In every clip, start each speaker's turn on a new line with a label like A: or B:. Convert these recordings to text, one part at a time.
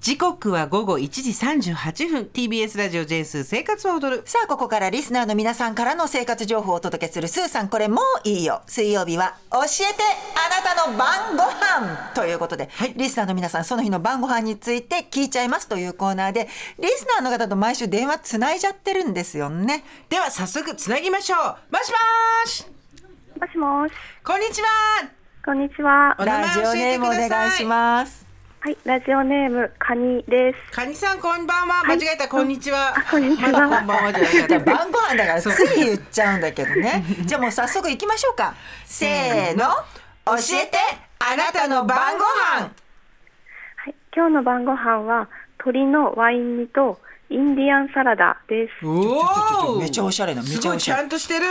A: 時刻は午後1時38分 TBS ラジオ J スー生活を踊る
B: さあ、ここからリスナーの皆さんからの生活情報をお届けする、スーさん、これもういいよ。水曜日は、教えてあなたの晩ご飯ということで、リスナーの皆さん、その日の晩ご飯について聞いちゃいますというコーナーで、リスナーの方と毎週電話つないじゃってるんですよね。
A: では早速つなぎましょうもしもーし
C: もしもし、
A: こんにちは
C: こんにちは
A: お。名
B: ラ
A: 前
B: ジ
A: 教
B: オネ
A: え
B: ー
A: て
B: ム
A: く
B: お
A: ださい
B: 願いします。
C: はい、ラジオネームカニです。
A: カニさんこんばんは、
C: い
A: 間違えたこんにちは
C: あこんにちは
A: まだこんばん はじゃな
B: じゃあ
A: いかった
B: 晩ご飯だからつ
A: そう
B: い言っちゃうんだけど ね。じゃあもう早速行きましょうか。せーの、教えてあなたの晩ご飯
C: はい、今日の晩ご飯は鶏のワイン煮とインディアンサラダです。
A: おお
B: めちゃおしゃれなめちゃおし
A: すごいち
B: ゃれ
A: ゃんとしてる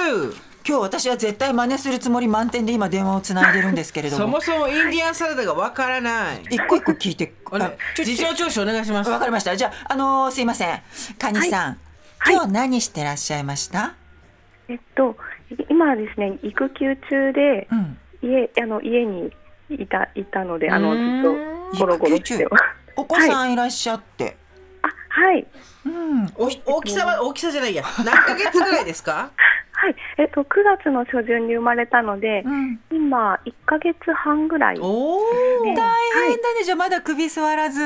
B: 今日私は絶対真似するつもり満点で今電話をつないでるんですけれど
A: そ
B: も
A: もそもインディアンサラダがわからない
B: 一個一個聞いて
A: おね
B: あちょ
A: 事情聴取お願いします
B: わかりましたじゃああのーすいませんカニさん、
C: はい
B: 今日何してらっしゃいました、
C: えっと、い今はですね、育休中で
B: うん、
C: 家あの家にいたいたので、あ
A: う
C: の
A: ーん
C: ずっとゴロゴロしてます。
B: お子さんいらっしゃって、
C: あ、はい、
B: うん
A: お大きさは大きさじゃないや何ヶ月ぐらいで すか
C: はい。えっと9月の初旬に生まれたので、
B: うん、
C: 今1ヶ月半ぐらい。あ、
A: おお
B: 大変だね、じゃあまだ首座らず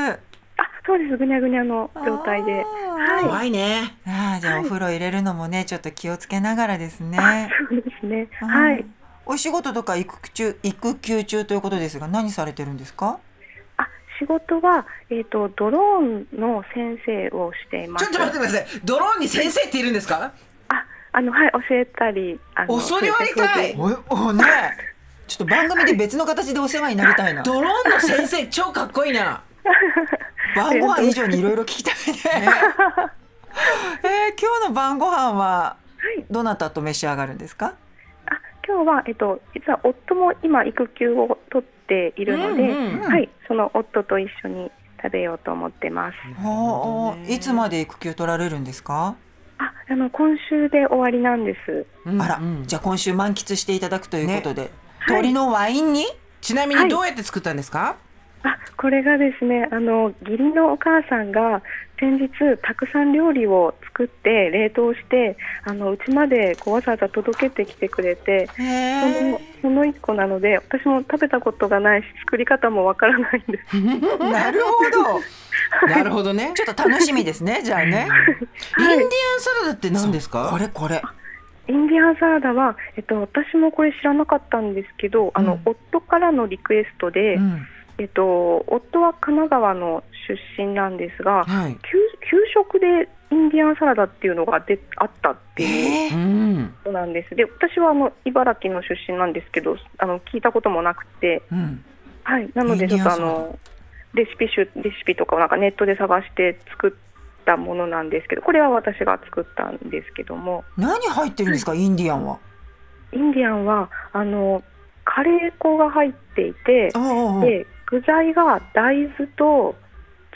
C: そうです。ぐにゃぐにゃの状態で。
B: あー
A: 怖いね
B: ああじゃあお風呂入れるのもねちょっと気をつけながらですね。
C: そうですね。
B: うん
C: はい。。
B: お仕事とか育休中育休中ということですが何されてるんですか？
C: あ、仕事は、えっ、と、ドローンの先生をしていま
A: ち
C: す。
A: ょっと待ってくださいドローンに先生っているんですか
C: あ、あの、はい、教えたり、あの、
A: 恐れ入りたい
B: おおね。ちょっと番組で別の形でお世話になりたいな。
A: ドローンの先生 超かっこいいな
B: 晩ご飯以上にいろいろ聞きたいね。
A: ね
B: えー、今日の晩ご飯は
C: はい
B: どなたと召し上がるんですか？
C: あ、今日は、えっ、と、実は夫も今育休を取っているので、
A: うんうん
C: はい、その夫と一緒に食べようと思ってます。
B: おーおーいつまで育休取られるんですか？
C: あ、あの、今週で終わりなんです。
B: あら、じ
A: ゃ
B: ゃあ今週満喫していただくということで、
C: い
B: 鳥のワインに。
A: ちなみにどうやって作ったんですか、
C: あ、これがですね、あの、義理のお母さんが先日たくさん料理を作って冷凍して、あの、うちまでこうわざわざ届けてきてくれて、
B: へ
C: そ のその一個なので私も食べたことがないし作り方もわからないんです
B: なるほど。
A: なるほどね
B: ちょっと楽しみですね、じゃあね。
A: インディアンサラダって何です
B: こ
A: か
B: れこれ。
C: インディアンサラダは、えっと、私もこれ知らなかったんですけどあの、
B: うん
C: 夫からのリクエストで、
B: うん
C: えっと、夫は神奈川の出身なんですが
A: はい
C: 給給食でインディアンサラダっていうのがであったっていう
B: え
A: う
B: ー
A: ん
C: ことなんですで私はあの茨城の出身なんですけどあの聞いたこともなくて、
B: うん
C: はい、なのでちょっとあ
B: インディアンサラ
C: のレシピ集レシピとかをなんかネットで探して作ったものなんですけどこれは私が作ったんですけども
B: 何入ってるんですか、インディアンは。
C: インディアンはあのカレー粉が入っていて
B: おうおう
C: で具材が大豆と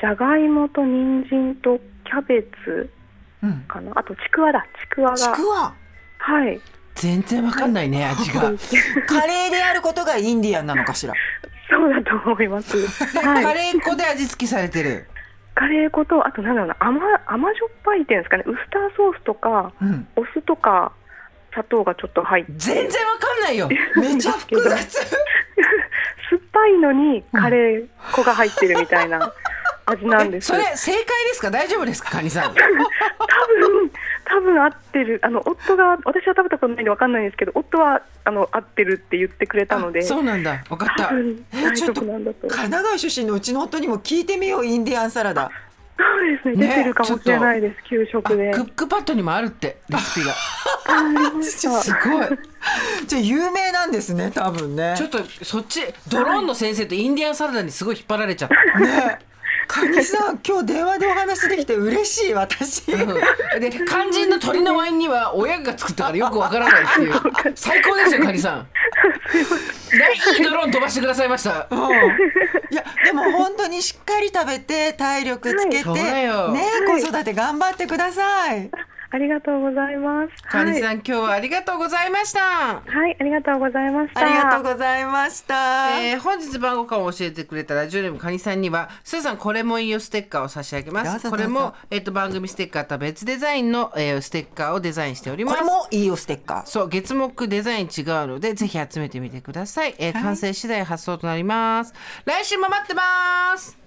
C: じゃがいもと人参とキャベツ
B: うん。
C: かなあとちくわだちくわが
B: ちくわ。
C: はい
A: 全然わかんないね味が
B: カレーであることがインディアンなのか しら。
C: そうだと思います、
A: カ
C: はい、
A: レー粉で味付けされてる
C: カレー粉とあとなんだろうな甘甘じょっぱいっていうんですかねウスターソースとか
B: うん。
C: お酢とか砂糖がちょっと入って
A: 全然わかんないよ
B: めちゃ複雑。
C: 酸っぱいのにカレー粉が入ってるみたいな味なんで
A: え
C: す
A: それ正解ですか大丈夫ですかカニさん
C: 多分多分合ってるあの夫が私は食べたことないんで分かんないんですけど夫はあの合ってるって言ってくれたので
A: あそうなんだわかった
C: 多分
B: え
C: 大
B: ちょ
C: 丈
B: っと
C: 夫なんだと
B: 神
C: そう
B: 奈川出身のうちの夫にも聞いてみよう、インディアンサラダ。
C: ですね
A: ね
C: 出てるかもしれないです給
A: あ
C: 食
A: ク
C: で
A: ックパッドにもあるってレシ ピが
C: ありました
A: すごい
B: じゃあ有名なんですね、多分ね。
A: ちょっとそっちドローンの先生とインディアンサラダにすごい引っ張られちゃった
B: ね。カニさん、今日電話でお話できて嬉しい、私。
A: うんで肝心の鳥のワインには親が作ったからよくわからないっていう最高ですよカニさんないいドローン飛ばしてくださいました
B: うんいやでも本当にしっかり食べて体力つけて、
A: はいそうだよ
B: ね子育て頑張ってください。
C: ありがとうございます。
A: カニ
C: は
A: さん、
C: い、
A: 今日はありがとうございました。
C: はい、ありがとうございました。
B: ありがとうございました。
A: えー本日番号感を教えてくれたラジオネームカニさんにはスーさんこれもいいよステッカーを差し上げ
B: ど
A: ま
B: うぞ
A: すこれ
B: どう
A: も
B: ぞ、
A: えっと番組ステッカーとは別デザインの、えーステッカーをデザインしておりま
B: こ
A: す
B: れもいいよステッカー。
A: そう月目デザイン違うのでぜひ集めてみてください、えー完成次第発送となります来週も待ってます